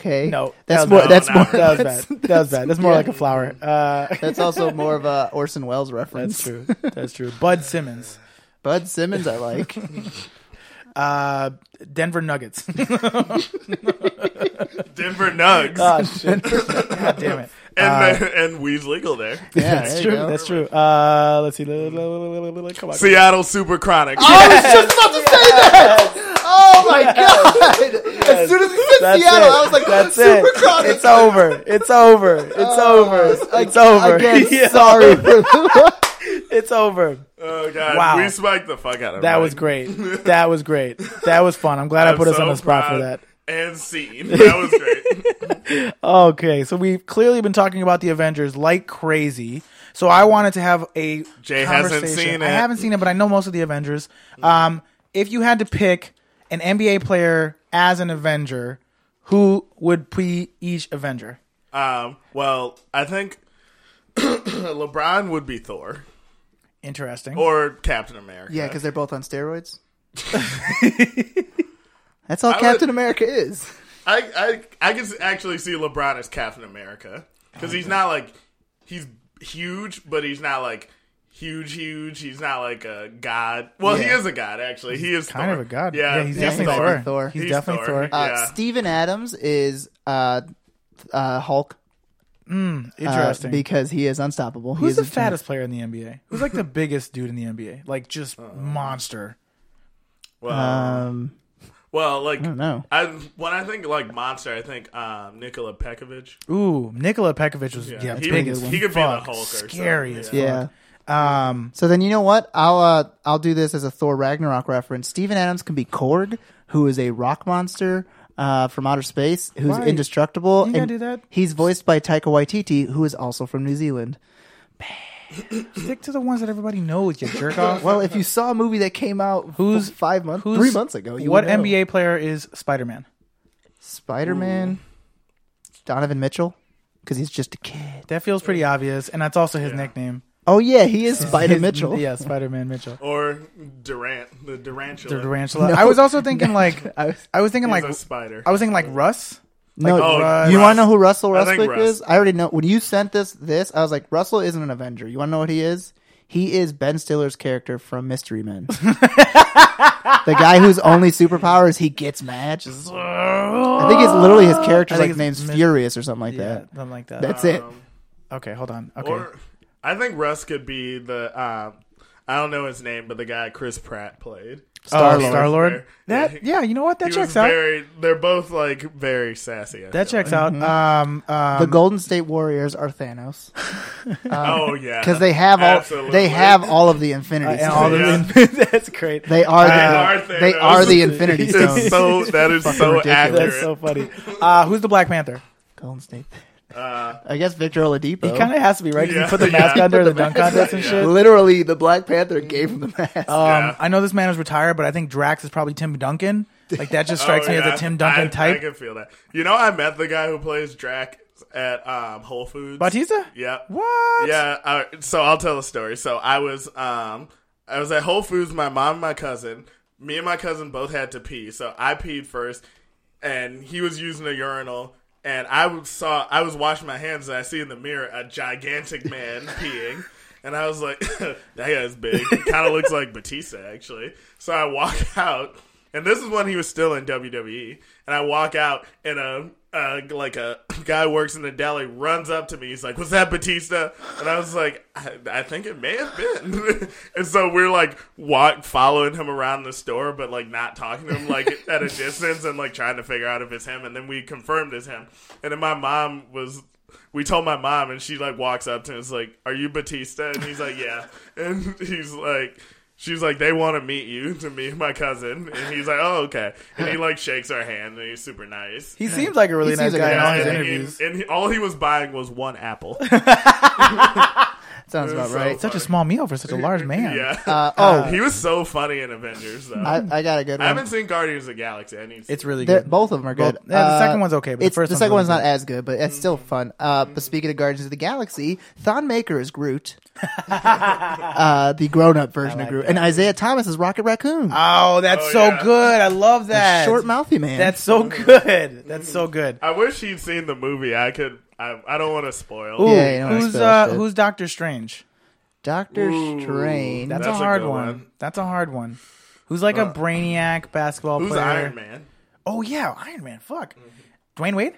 C: Okay.
B: No,
C: that's
B: that was
C: more.
B: bad.
C: That's
A: No,
C: more.
A: no,
C: [LAUGHS]
B: That was bad. That was bad. That's more
C: yeah.
B: like a flower. Uh, [LAUGHS]
C: That's also more of a Orson Welles reference.
B: that's true. That's true. Bud Simmons.
C: Bud Simmons, I like.
B: Uh, Denver Nuggets.
A: Denver Nugs.
C: [LAUGHS]
B: oh, shit. God damn it.
A: and, and weed's legal there.
C: Yeah, there
B: That's
C: you
B: true.
C: go.
B: That's true. Uh, let's see. Come on.
A: Seattle Super Chronic.
B: Oh!
C: I was just about to say that. Oh my god! As soon as he said
B: That's
C: Seattle,
B: it.
C: I was like, [LAUGHS]
B: That's
C: super
B: it.
C: chronic.
B: It's over. It's over. It's
C: Oh,
B: over. It's over.
C: Again,
B: [LAUGHS] Yeah.
C: [LAUGHS] sorry for the.
B: It's over.
A: Oh god,
B: Wow.
A: we smoked the fuck out of
B: That
A: Mike.
B: was great. That was great. That was fun. I'm glad i
A: I'm
B: put us
A: so
B: on the spot for
A: proud
B: that.
A: And seen. That was
B: [LAUGHS]
A: great.
B: Okay, so we've clearly been talking about the Avengers like crazy. So I wanted to have a
A: Jay hasn't
B: conversation.
A: seen
B: I
A: it.
B: haven't seen it, but I know most of the Avengers. Um, if you had to pick an NBA player as an Avenger, who would be each Avenger?
A: um, well, I think [CLEARS THROAT] LeBron would be Thor
B: Interesting.
A: or Captain America.
C: Yeah, because they're both on steroids. [LAUGHS] That's all
A: would-
C: Captain America is.
A: I, I I can actually see LeBron as Captain America because he's not like he's huge, but he's not like huge, huge. He's not like a god. Well, he
C: Yeah.
A: is a god actually. He is
B: kind
A: Thor.
B: of a god.
A: Yeah,
B: he's
C: Yeah,
B: definitely
C: he's
B: Thor.
C: definitely Thor.
B: He's,
A: He's
B: definitely Thor.
A: Thor.
C: Uh,
A: Yeah.
C: Steven Adams is uh, uh, Hulk uh,
B: Interesting.
C: because he is unstoppable. He
B: Who's
C: is
B: the
C: a giant-
B: fattest player in the NBA? Who's like the biggest dude in the NBA? Like just
A: Uh,
B: monster.
A: Well,
B: Uh,
C: Um,
A: well, like I
C: don't know.
A: when I think like monster, I think um, Nikola Pekovic.
B: Ooh, Nikola Pekovic was yeah,
A: Yeah, he-
B: big
A: he
B: as
A: could be the
B: fuck,
A: Hulk or
B: scary
A: something,
B: as
C: yeah.
B: fuck. Um,
C: So then you know what? I'll uh, I'll do this as a Thor Ragnarok reference. Steven Adams can be Korg, who is a rock monster uh, from outer space, who's
B: Why?
C: indestructible.
B: You
C: and
B: gotta do that?
C: He's voiced by Taika Waititi, who is also from New Zealand.
B: stick to the ones that everybody knows. You jerk off.
C: Well, if you saw a movie that came out
B: Who's-
C: f- five months,
B: Who's-
C: three months ago, you
B: what
C: would know.
B: NBA player is Spider Man?
C: Spider Man, Donovan Mitchell, because he's just a kid.
B: That feels pretty obvious, and that's also his
A: Yeah.
B: nickname.
C: Oh yeah,
B: [LAUGHS]
C: he is Spider
B: His-
C: Mitchell.
B: Yeah, Spider Man
C: [LAUGHS]
B: Mitchell.
A: Or Durant, the Durantula.
B: The tarantula. I was also thinking like
C: [LAUGHS] I was-
B: I was thinking
A: He's
B: like
A: a spider.
B: I was thinking like Russ.
C: No,
A: oh,
C: you
A: Russ.
C: want to know who Russell
A: I think
C: Westbrook
A: Russ.
C: is? I already know. When you sent this, this I was like, Russell isn't an Avenger. You want to know what he is? He is Ben Stiller's character from
A: [LAUGHS]
C: Mystery Men. the guy whose only superpower is he gets mad. I think it's literally his character's
B: I think
C: like
B: it's
C: name's
B: Mis-
C: Furious or something like
B: Yeah,
C: that.
B: something like that.
C: That's it.
B: okay, hold on. Okay,
A: Um,
B: Oh,
A: Or I think Russ could be the. Um, I don't know his name, but the guy Chris Pratt played.
C: Star-Lord.
B: Star Lord.
A: Yeah,
B: That
A: he-
B: yeah, you know what? That
A: He was
B: checks out.
A: very. They're both like very sassy. I
B: That
A: feel
B: checks out. Um, um,
C: Mm-hmm. The Golden State Warriors are Thanos
A: like. Oh yeah,
C: because they have all
A: Absolutely.
C: they have all of
B: [LAUGHS]
C: the Infinity
B: and
C: Stones.
B: all
A: Yeah.
B: the [LAUGHS] that's great.
C: They are
A: They
C: the,
A: are
C: they
A: Thanos.
C: are
A: [LAUGHS]
C: the Infinity Stones.
A: It's [LAUGHS] so that is
C: Fucking
A: so
C: ridiculous.
A: accurate.
B: That's so funny. Uh, who's the Black Panther?
C: Golden State.
A: uh,
C: I guess Victor Oladipo.
B: He kind of has to be right. 'Cause
A: Yeah,
B: He put the
A: yeah.
B: mask
A: He
B: under the dunk contest and shit.
C: Literally, the Black Panther gave him the mask.
B: Um,
A: Yeah.
B: I know this man is retired, but I think Drax is probably Tim Duncan. Like that just strikes
A: [LAUGHS] oh,
B: me
A: yeah.
B: as a Tim Duncan
A: I, I
B: type.
A: can feel that. You know, I met the guy who plays Drac at um, Whole Foods.
B: Batista?
A: Yeah.
B: What?
A: Yeah. Uh, so I'll tell a story. So I was um I was at Whole Foods. My mom and my cousin. Me and my cousin both had to pee. So I peed first, and he was using a urinal. And I was- saw I was washing my hands, and I see in the mirror a gigantic man peeing. And I was like, [LAUGHS] that guy's big. Kind of looks like Batista, actually. So I walk [LAUGHS] out, and this is when he was still in WWE. And I walk out, and a uh, like a [CLEARS THROAT] guy works in the deli runs up to me. He's like, "Was that Batista?" And I was like, "I, I think it may have been." [LAUGHS] and so we're like walk following him around the store, but like not talking to him, like at a distance, and like trying to figure out if it's him. And then we confirmed it's him. And then my mom was. We told my mom, and she like walks up to him and is like, "Are you Batista?" And he's like, "Yeah." And [LAUGHS] he's like. She's like, they want to meet you [LAUGHS] to me and my cousin, and he's like, oh okay, and he like shakes our hand, and he's super nice.
B: He seems like a really
C: He
B: nice
C: seems like
B: guy
C: a
B: in all
C: nice
B: his
C: guy.
A: and, he-
B: interviews.
A: and he, all he was buying was one
C: [LAUGHS]
A: apple.
C: Sounds about
A: so-
C: right.
B: Such a small meal for such a large man.
A: yeah. [LAUGHS]
C: Uh, oh,
A: he was so funny in Avengers, though. I,
C: I, I got a good
A: haven't
C: one.
A: seen Guardians of the Galaxy. I need to
B: It's really
C: They're-
B: good.
C: both of them are
B: Both-
C: good. Uh,
B: yeah, the second one's okay, but the
C: it's-
B: first one's
C: second
B: really
C: one's not
B: good.
C: as good, but it's
A: Mm.
C: still fun. Uh, but speaking of Guardians of the Galaxy, Thon Maker
A: [LAUGHS]
C: is Groot, uh, the grown-up version of Groot, and Isaiah Thomas is Rocket Raccoon,
B: Oh, that's
A: Oh,
B: so
A: yeah.
B: good. I love that.
C: short mouthy man.
B: That's so good. That's so good.
A: [LAUGHS] I wish he'd seen the movie. I could. I, I don't want to spoil.
B: Ooh,
C: Yeah, you don't
B: who's
C: expel
B: uh,
C: shit.
B: who's Doctor Strange?
C: Doctor
A: Ooh,
C: Strange.
B: That's,
A: That's
B: a
A: a
B: hard
A: good
B: one.
A: one. Uh,
B: That's a hard one. Who's like a brainiac basketball
A: Who's
B: player?
A: Iron Man?
B: Oh yeah, Iron Man. Fuck, Dwayne Wade,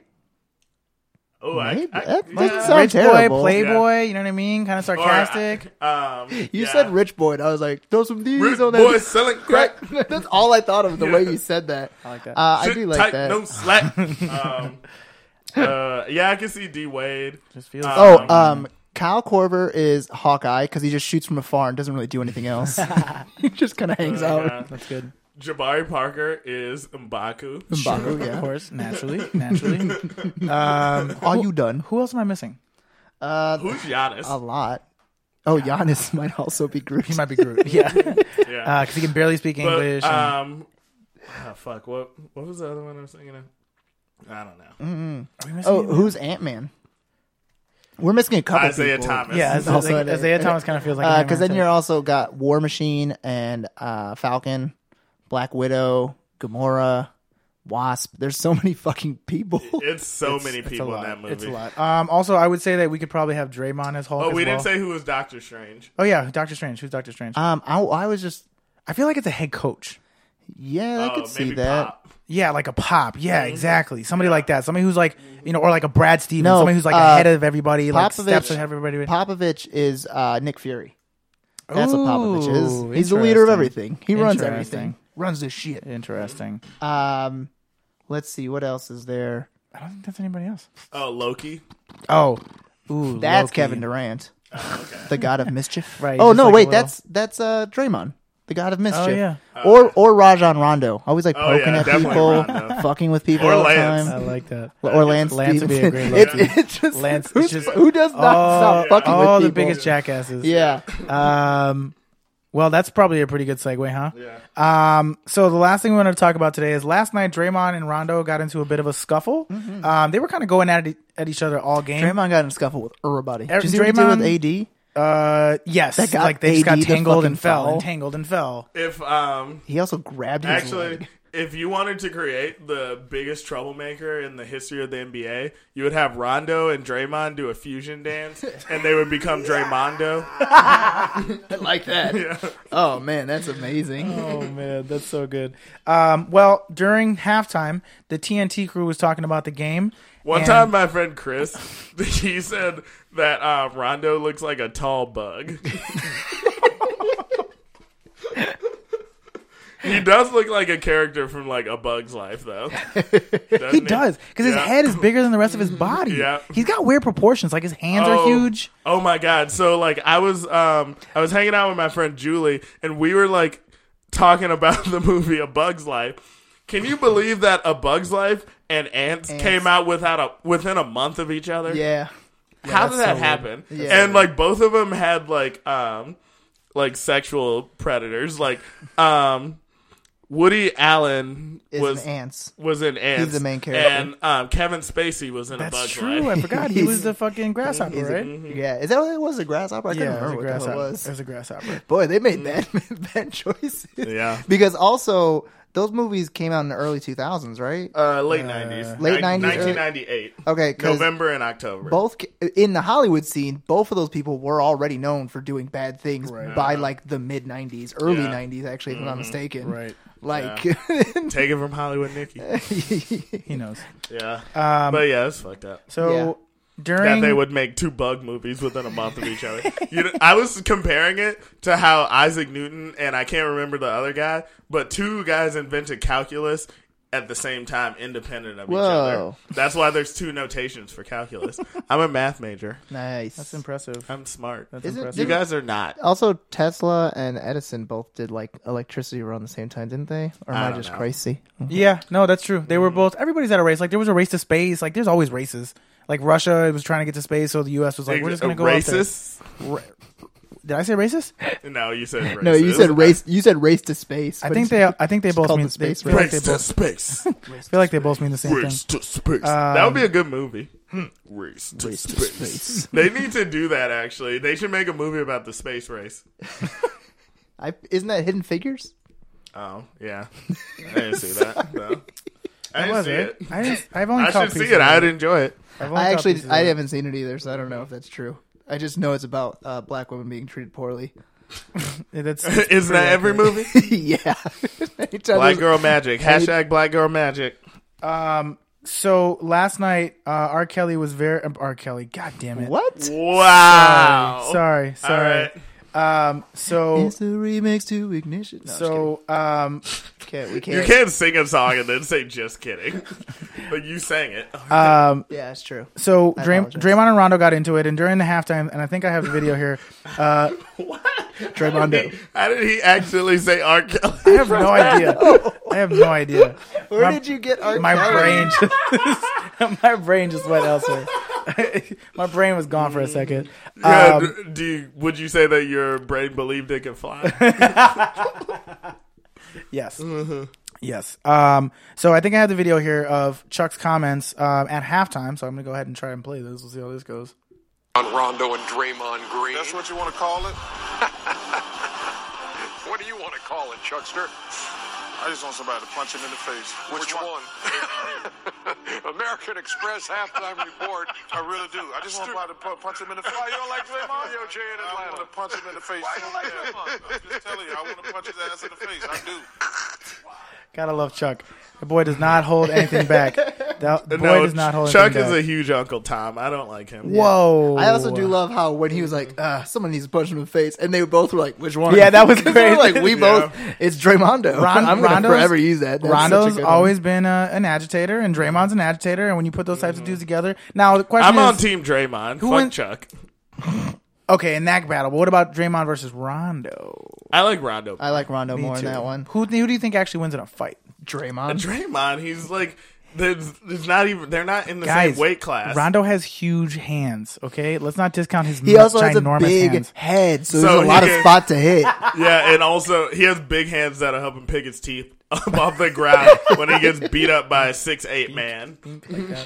A: Oh, I,
C: Maybe-
A: I,
C: that
A: yeah.
C: doesn't sound
B: rich
C: terrible.
B: boy, playboy. You know what I mean? Kind of
A: Or, [LAUGHS]
B: sarcastic.
A: um,
C: You
A: yeah.
C: said rich boy, and I was like, throw some D's
A: Rich
C: on that.
A: boy selling crack.
C: [LAUGHS] That's all I thought of the way
A: Yeah.
C: you said that. I
B: like that.
C: Uh, I
A: Shit
C: do like
A: tight,
C: that.
A: No
C: [LAUGHS]
A: slack. um, uh, yeah, I can see D Wade.
B: Just feels.
C: Oh, um, Kyle Corver is Hawkeye because he just shoots from afar and doesn't really do
B: [LAUGHS]
C: anything else. he just kind of hangs
A: Uh,
C: out.
B: that's good.
A: Jabari Parker is Mbaku.
C: Mbaku,
B: Of
C: yeah.
B: course, naturally, naturally. um,
C: Are you done?
B: who else am I missing?
C: Uh,
A: Who's Giannis?
C: a lot. Oh, Giannis [LAUGHS] might also be Groot.
B: He might
A: [LAUGHS]
B: be Groot. Yeah, because
C: uh,
A: yeah.
B: he can barely speak
A: But,
B: English. and-
A: um, ah, fuck. What what was the other one I was thinking of? I don't know.
B: Are we missing
C: oh,
B: anyone?
C: who's Ant Man? We're missing a couple.
A: Isaiah
C: people.
A: Thomas.
B: Yeah, Isaiah,
C: also an-
B: Isaiah Thomas kind of feels like a
C: Because
B: hammer
C: then
B: too.
C: you're also got War Machine and uh, Falcon, Black Widow, Gamora, Wasp. There's so many fucking people.
A: It's so many people in
C: lot.
A: that movie.
C: It's a lot.
B: Um, also, I would say that we could probably have Draymond as Hulk.
A: Oh,
B: as
A: we didn't
B: well.
A: say who was Doctor Strange.
B: Oh yeah, Doctor Strange. Who's Doctor Strange?
C: Um, I, I was just
B: I feel like it's a head coach.
C: yeah, I
A: oh,
C: could see
A: maybe
C: that.
A: Pop.
B: Yeah, like a pop. Yeah,
A: Mm-hmm.
B: exactly. Somebody like that. Somebody who's like you know, or like a Brad Stevens.
C: No,
B: somebody who's like
C: uh,
B: ahead of everybody, like
C: Popovich-
B: steps ahead of everybody.
C: Popovich is uh, Nick Fury. That's what Popovich
B: Ooh,
C: is. He's the leader of
B: interesting.
C: everything. He runs
B: Interesting.
C: everything. Runs the shit.
B: Interesting.
C: Um, let's see what else is there.
B: I don't think that's anybody else.
A: Oh, Loki.
B: Oh, ooh,
C: That's
B: Loki.
C: Kevin
B: [LAUGHS]
C: Durant, the god of mischief.
B: Right,
C: Oh
B: just
C: no,
B: like a
C: wait,
B: little- Oh,
C: that's that's uh Draymond, the god of mischief.
B: yeah.
C: Or or Rajon Rondo, always like
A: Oh, yeah,
C: poking at
A: definitely
C: people,
A: Rondo.
C: [LAUGHS] fucking with people
A: Or
C: all the
A: Lance.
B: I
C: time.
B: like that.
C: Or Lance.
B: Lance would be a
C: [LAUGHS] Stevenson.
B: great Loki.
C: It's- it's just-
B: Lance is
C: who's-
B: just-
C: who does not
B: Oh,
C: stop fucking
B: oh,
C: with
B: the
C: people?
B: biggest jackasses.
C: Yeah.
B: Um, well, that's probably a pretty good segue, huh?
A: Yeah.
B: Um, so the last thing we wanted to talk about today is last night Draymond and Rondo got into a bit of a scuffle. Um, they were kind of going at it, at each other all game.
C: [LAUGHS] Mm-hmm. Draymond got in a scuffle with everybody.
B: Er-
C: Did you see what he did
B: Draymond-
C: with AD?
B: Uh, yes,
C: That got
B: like they just got
C: AD to
B: tangled
C: fucking
B: and fell,
C: foul.
B: and tangled and fell.
A: If um,
C: He also grabbed his
A: Actually,
C: leg. [LAUGHS]
A: if you wanted to create the biggest troublemaker in the history of the NBA, you would have Rondo and Draymond do a fusion dance, and they would
C: [LAUGHS]
A: become Draymondo.
C: I
A: [LAUGHS]
C: like that. Oh man, that's amazing.
A: Uh,
B: Oh man, that's so good. Um, well, during halftime, the TNT crew was talking about the game.
A: One
B: and-
A: time, my friend Chris, [LAUGHS] he said that uh, Rondo looks like a tall bug. [LAUGHS] he does look like a character from like A Bug's Life, though.
B: [LAUGHS] he does because his
A: Yeah. Mm-hmm.
B: head is bigger than the rest of his body.
A: Yeah.
B: he's got weird proportions. Like his hands are
A: Oh.
B: huge.
A: Oh my god! So like I was um I was hanging out with my friend Julie and we were like talking about [LAUGHS] the movie A Bug's Life. Can you believe that A Bug's Life and Ants, came out without a within a month of each other?
C: Yeah.
A: How did
B: that's
A: that
B: so
A: happen?
C: That's so
A: And like both of them had like um like sexual predators like um Woody Allen
C: Is
A: was
C: an ants.
A: was in Ants.
C: the main character.
A: And um, Kevin Spacey was in A
B: That's
A: Bug's
C: [LAUGHS]
B: true.
A: Life.
B: I forgot he was the fucking grasshopper,
C: He's a-
B: right?
A: Mm-hmm.
C: Yeah. Is that what it was? A grasshopper? I
B: yeah,
C: couldn't
B: it was a
C: remember what the hell
B: grasshopper.
C: it was.
B: It was a grasshopper.
C: [LAUGHS] Boy, they made bad bad choices.
A: Mm-hmm. Yeah.
C: Because also those movies came out in the early two thousands, right?
A: Uh, late nineties,
C: Late 90s,
A: nineteen ninety eight.
C: Okay, 'cause
A: November and October.
C: both ca- in the Hollywood scene, both of those people were already known for doing bad things by like the mid '90s, early
A: Yeah. Mm-hmm.
C: '90s, actually, if I'm not mistaken.
B: Right.
C: Like, [LAUGHS]
A: Take it from Hollywood, Nikki.
B: He knows.
A: Yeah,
B: Um,
A: but yeah, it's fucked up.
B: So during
A: That they would make two bug movies within a month of each other. You know, I was comparing it to how Isaac Newton and I can't remember the other guy, but two guys invented calculus at the same time, independent of
C: Whoa.
A: each other. That's why there's two notations for calculus. I'm a math major.
C: nice.
B: that's impressive.
A: I'm smart.
B: That's
C: Isn't-
A: You
B: impressive.
A: guys are not.
C: also, Tesla and Edison both did like electricity around the same time, didn't they? Or am
A: I
C: I,
A: don't
C: just
A: know.
C: crazy?
B: Yeah, no, that's true. They were
A: Mm.
B: both. Everybody's at a race. Like there was a race to space. Like there's always races. Like Russia was trying to get to space, so the U.S. was like, "We're just
A: uh,
B: going to go out there."
A: racist?
B: Did I say racist?
A: No, you said racist.
C: No, you said race. You said race to space.
B: I think they. I think they both
C: called
B: mean.
C: the
B: They
C: space
B: feel like
A: Race
B: they
A: to
B: both
A: space.
B: feel like they both mean the same thing.
A: Race to space. that would be a good movie. Um, [LAUGHS] Race to space. [LAUGHS] They need to do that. Actually, they should make a movie about the space race.
C: I, isn't that Hidden Figures?
A: Oh yeah, [LAUGHS] I didn't see that. No. I
B: That
A: didn't
B: was
A: see
B: it.
A: it.
B: I didn't, I've only
A: I
B: caught
A: should see
B: pieces
A: it.
B: of
A: I'd enjoy [LAUGHS] it.
B: I've only
C: I
B: caught
C: actually
B: pieces of
C: I
B: it.
C: haven't seen it either, so I don't know if that's true. I just know it's about uh, black women being treated poorly. [LAUGHS]
B: Yeah, That's
A: Is that every movie?
C: yeah. [LAUGHS] Anytime
A: Black
C: there's-
A: girl [LAUGHS] magic. Hashtag black girl magic.
B: so. Last night, uh, R. Kelly was very um, R. Kelly. God damn it!
C: What?
A: Wow.
B: Sorry, sorry.
A: All
B: Um,
C: [LAUGHS]
B: so
C: It's the remix to Ignition. No,
B: so um,
C: just kidding. can't, we
A: You
C: can't.
A: can't sing a song and then say "just kidding," [LAUGHS] but you sang it.
C: Yeah, it's true.
B: so Dray-
C: apologize.
B: Draymond and Rondo got into it, and during the halftime, and I think I have the video here. uh,
A: [LAUGHS]
C: Draymond.
A: How did he actually say R. Kelly?
B: I have no idea. I have no idea.
C: Where
B: My-
C: did you get our
B: My
C: Kelly?
B: brain just [LAUGHS] my brain just went elsewhere. [LAUGHS] my brain was gone for a second.
A: Yeah,
B: Um,
A: d- do you, would you say that your brain believed it could
B: [LAUGHS]
A: fly?
B: Yes.
A: Mm-hmm.
B: Yes. Um, so I think I have the video here of Chuck's comments um, at halftime. So I'm gonna go ahead and try and play this. We'll see how this goes.
D: on Rondo and Draymond Green.
E: That's what
D: [LAUGHS]
E: you want to call it?
D: What do you want to call it, Chuckster?
E: I just want somebody to punch him in the face.
D: Which one? [LAUGHS] American Express halftime report.
E: I really do. I just want somebody to pu- punch him in the face. Why
D: you don't like Draymond? Yo, Jay in
E: I
D: Atlanta.
E: want to punch him in the face.
D: Why you don't like Draymond?
E: I'm just telling you, I want to punch his ass in the face. I do.
B: Gotta love Chuck. The boy does not hold anything back.
A: [LAUGHS]
B: The boy
A: no,
B: does not hold
A: Chuck
B: anything
A: is
B: back.
A: a huge Uncle Tom. I don't like him.
B: Whoa.
C: I also do love how when he was like, uh, someone needs to punch him in the face, and they both were like, which one?
B: Yeah, that was
C: [LAUGHS] 'Cause they were
B: great.
C: like, we
A: Yeah.
C: both, it's Draymondo.
B: [LAUGHS] Ron-
C: I'm going to
B: Rondo's-
C: forever use that. That's such a
B: Rondo's
C: good one.
B: always been a, an agitator, and Draymond's an agitator. And when you put those types of dudes together, now the question
A: I'm on
B: is,
A: Team Draymond. Fuck
B: went-
A: Chuck.
B: okay, in that battle, but what about Draymond versus Rondo?
A: I like Rondo.
C: I like Rondo
B: Me
C: more in
B: too.
C: that one.
B: Who who do you think actually wins in a fight?
C: Draymond.
A: Draymond, he's like, there's, there's not even. They're not in the
B: Guys,
A: same weight class.
B: Rondo has huge hands. Okay, let's not discount his.
C: He also has a
B: ginormous
C: big
B: hands.
C: head, so,
A: So
C: there's a
A: he
C: lot of
A: can-
C: spot to
A: [LAUGHS]
C: hit.
A: [LAUGHS] Yeah, and also he has big hands that'll help him pick his teeth [LAUGHS] up off the
B: [LAUGHS]
A: ground when he gets beat up by a six eight man.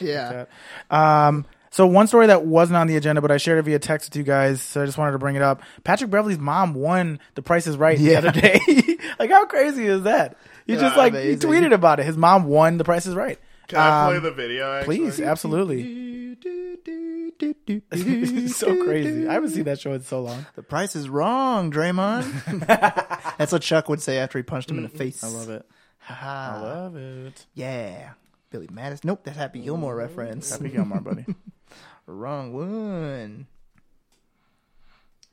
C: yeah.
B: So one story that wasn't on the agenda, but I shared it via text with you guys, so I just wanted to bring it up. Patrick Beverly's mom won The Price Is Right
C: Yeah.
B: the other day. [LAUGHS] like, how crazy is that? He just like
C: amazing.
B: he tweeted about it. His mom won The Price Is Right.
A: Can I play
B: Um,
A: the video? Actually?
B: Please, absolutely. [LAUGHS] It's [LAUGHS] so crazy. I haven't seen that show in so long.
C: The price is wrong, Draymond.
B: [LAUGHS]
C: That's what Chuck would say after he punched him in the face. I love
B: Mm-hmm. it.
C: Haha.
B: Love it.
C: Yeah. Billy Mattis. Nope, that's Happy Gilmore reference.
B: Happy Gilmore, buddy.
C: [LAUGHS] Wrong one.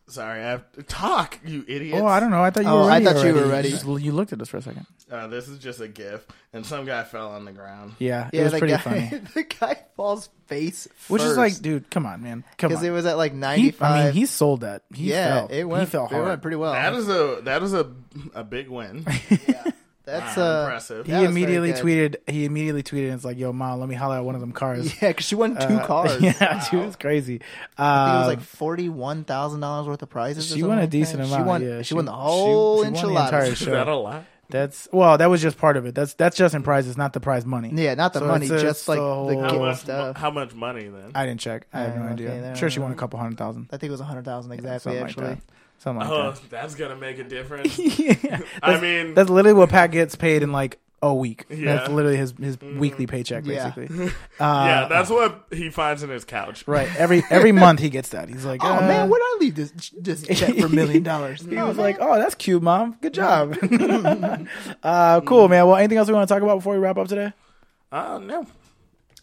A: Sorry, I have to talk, you idiots.
B: oh, I don't know. I thought you
C: Oh,
B: were
C: I
B: ready.
C: thought you were
B: already.
C: ready.
B: just- you looked at us for a second.
A: Uh, this is just a gif, and some guy fell on the ground.
B: Yeah,
C: Yeah,
B: it was
C: the
B: pretty
C: guy,
B: funny.
C: [LAUGHS] The guy falls face
B: Which is like, dude, come on, man. Come
C: because
B: on.
C: it was at like
B: he, I mean,
C: 95.
B: he sold that. He
C: yeah,
B: fell.
C: it went.
B: he fell hard.
C: It went pretty well.
A: That is a that is a a big win.
C: That's
A: Wow,
C: uh,
A: impressive.
C: that
B: he
C: was very
B: immediately
C: good.
B: tweeted. He immediately tweeted. and It's like, yo, mom, let me holler at one of them cars.
C: [LAUGHS]
B: Uh,
C: Yeah, because she won
B: [LAUGHS]
C: two cars.
B: Yeah, she was crazy.
C: I think
B: Uh,
C: it was like forty-one thousand dollars worth of prizes. or
B: she
C: something
B: won a
C: like that.
B: decent amount.
C: She won.
B: yeah,
C: she, won the whole
B: she won the
C: enchiladas. [LAUGHS]
B: entire
A: Is that a
B: show.
A: lot?
B: That's well, that was just part of it. That's that's just in prizes, not the prize money.
C: Yeah, not the
B: So
C: money,
B: it's a-
C: just like
B: so-
C: the
A: How
C: gift
A: much,
B: [LAUGHS]
C: stuff.
A: how much money then?
B: I didn't check. I have no
C: Uh,
B: idea.
C: okay, there,
B: sure, she
C: uh,
B: won a couple hundred thousand.
C: I think it was a hundred thousand exactly.
B: Something
C: actually,
B: like that. Something like
A: oh,
B: that.
A: that's gonna make a difference.
B: yeah,
A: I mean,
B: that's literally what Pat gets paid in like a week.
A: Yeah. Mm-hmm.
B: That's literally his his weekly paycheck,
C: Yeah.
B: basically.
C: [LAUGHS]
A: yeah, that's what he finds in his couch.
B: Right. Every every month he gets that. He's like,
C: oh
B: uh,
C: man, would I leave this this check for a million [LAUGHS] dollars?
B: He was like, "Oh, that's cute, mom. Good
C: [LAUGHS]
B: job." [LAUGHS] uh, cool, man. Well, anything else we want to talk about before we wrap up today?
A: Oh no.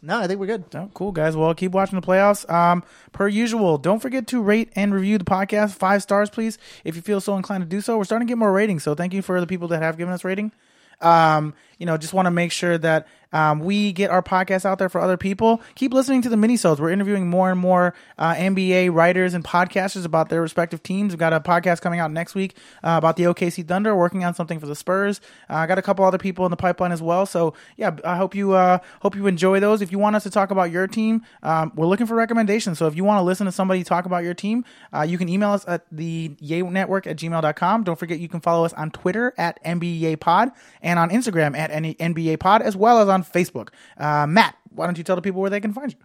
C: no, I think we're good.
B: No, cool guys. Well, keep watching the playoffs. Um, per usual, don't forget to rate and review the podcast five stars, please, if you feel so inclined to do so. We're starting to get more ratings, so thank you for the people that have given us rating. Um, you know, just want to make sure that um, we get our podcast out there for other people. Keep listening to the minisodes. We're interviewing more and more uh, NBA writers and podcasters about their respective teams. We've got a podcast coming out next week uh, about the OKC Thunder, working on something for the Spurs. Uh, I got a couple other people in the pipeline as well. So yeah, I hope you uh, hope you enjoy those. If you want us to talk about your team, um, we're looking for recommendations. So if you want to listen to somebody talk about your team, uh, you can email us at the Yay Network at gmail.com. Don't forget you can follow us on Twitter at NBA Pod and on Instagram at E, any NBA Pod as well as on Facebook. Uh, Matt, why don't you tell the people where they can find you?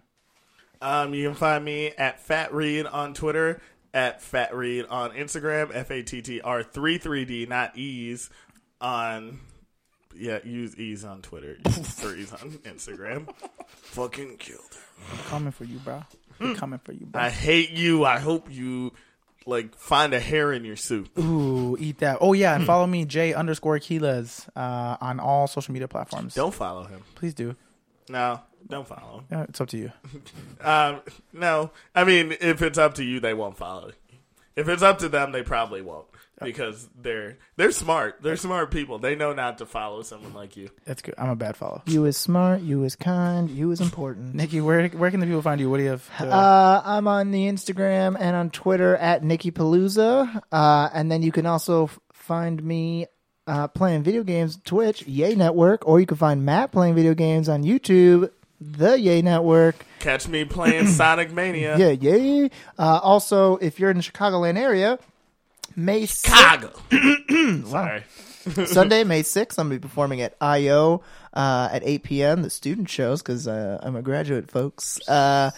A: Um, you can find me at Fat Reed on Twitter, at Fat Reed on Instagram, F A T T R three three D, not E's on. Yeah, use E's on Twitter, use threes on Instagram. Fucking killed her.
B: Coming for you, bro. We're coming for you, bro.
A: I hate you. I hope you like find a hair in your soup.
B: Ooh, eat that. Oh yeah, and follow me J underscore Aquiles uh, on all social media platforms.
A: Don't follow him.
B: Please do.
A: No, don't follow him.
B: Yeah, it's up to you.
A: Um, no, I mean if it's up to you, they won't follow. If it's up to them, they probably won't because they're they're smart. They're smart people. They know not to follow someone like you.
B: That's good. I'm a bad follow.
C: You is smart. You is kind. You is important.
B: Nikki, where where can the people find you? What do you have? To,
C: Uh, I'm on the Instagram and on Twitter at Nikki Palooza. Uh, and then you can also f- find me uh, playing video games Twitch, Yay Network, or you can find Matt playing video games on YouTube, the Yay Network.
A: Catch me playing Sonic Mania.
C: Yeah, yay. Uh, also, if you're in the Chicagoland area, May si-
A: Chicago. Sorry.
C: Sunday, May 6th, I'm going to be performing at IO uh, at 8 p.m., the student shows, because uh, I'm a graduate, folks. Uh,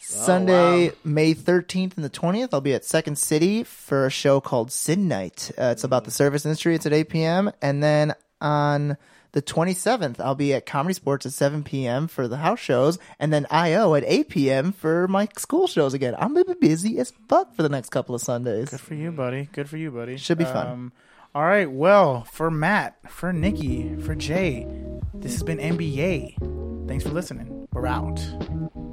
C: Sunday, May 13th and the 20th, I'll be at Second City for a show called Sin Night. Uh, it's about the service industry. It's at 8 p.m. And then on the 27th. I'll be at Comedy Sports at 7 p.m. for the house shows, and then IO at 8 p.m. for my school shows again. I'm gonna be busy as fuck for the next couple of Sundays.
B: Good for you, buddy. Good for you, buddy. Um,
C: Should be fun.
B: all right. Well, for Matt, for Nikki, for Jay, this has been NBA. Thanks for listening. We're out.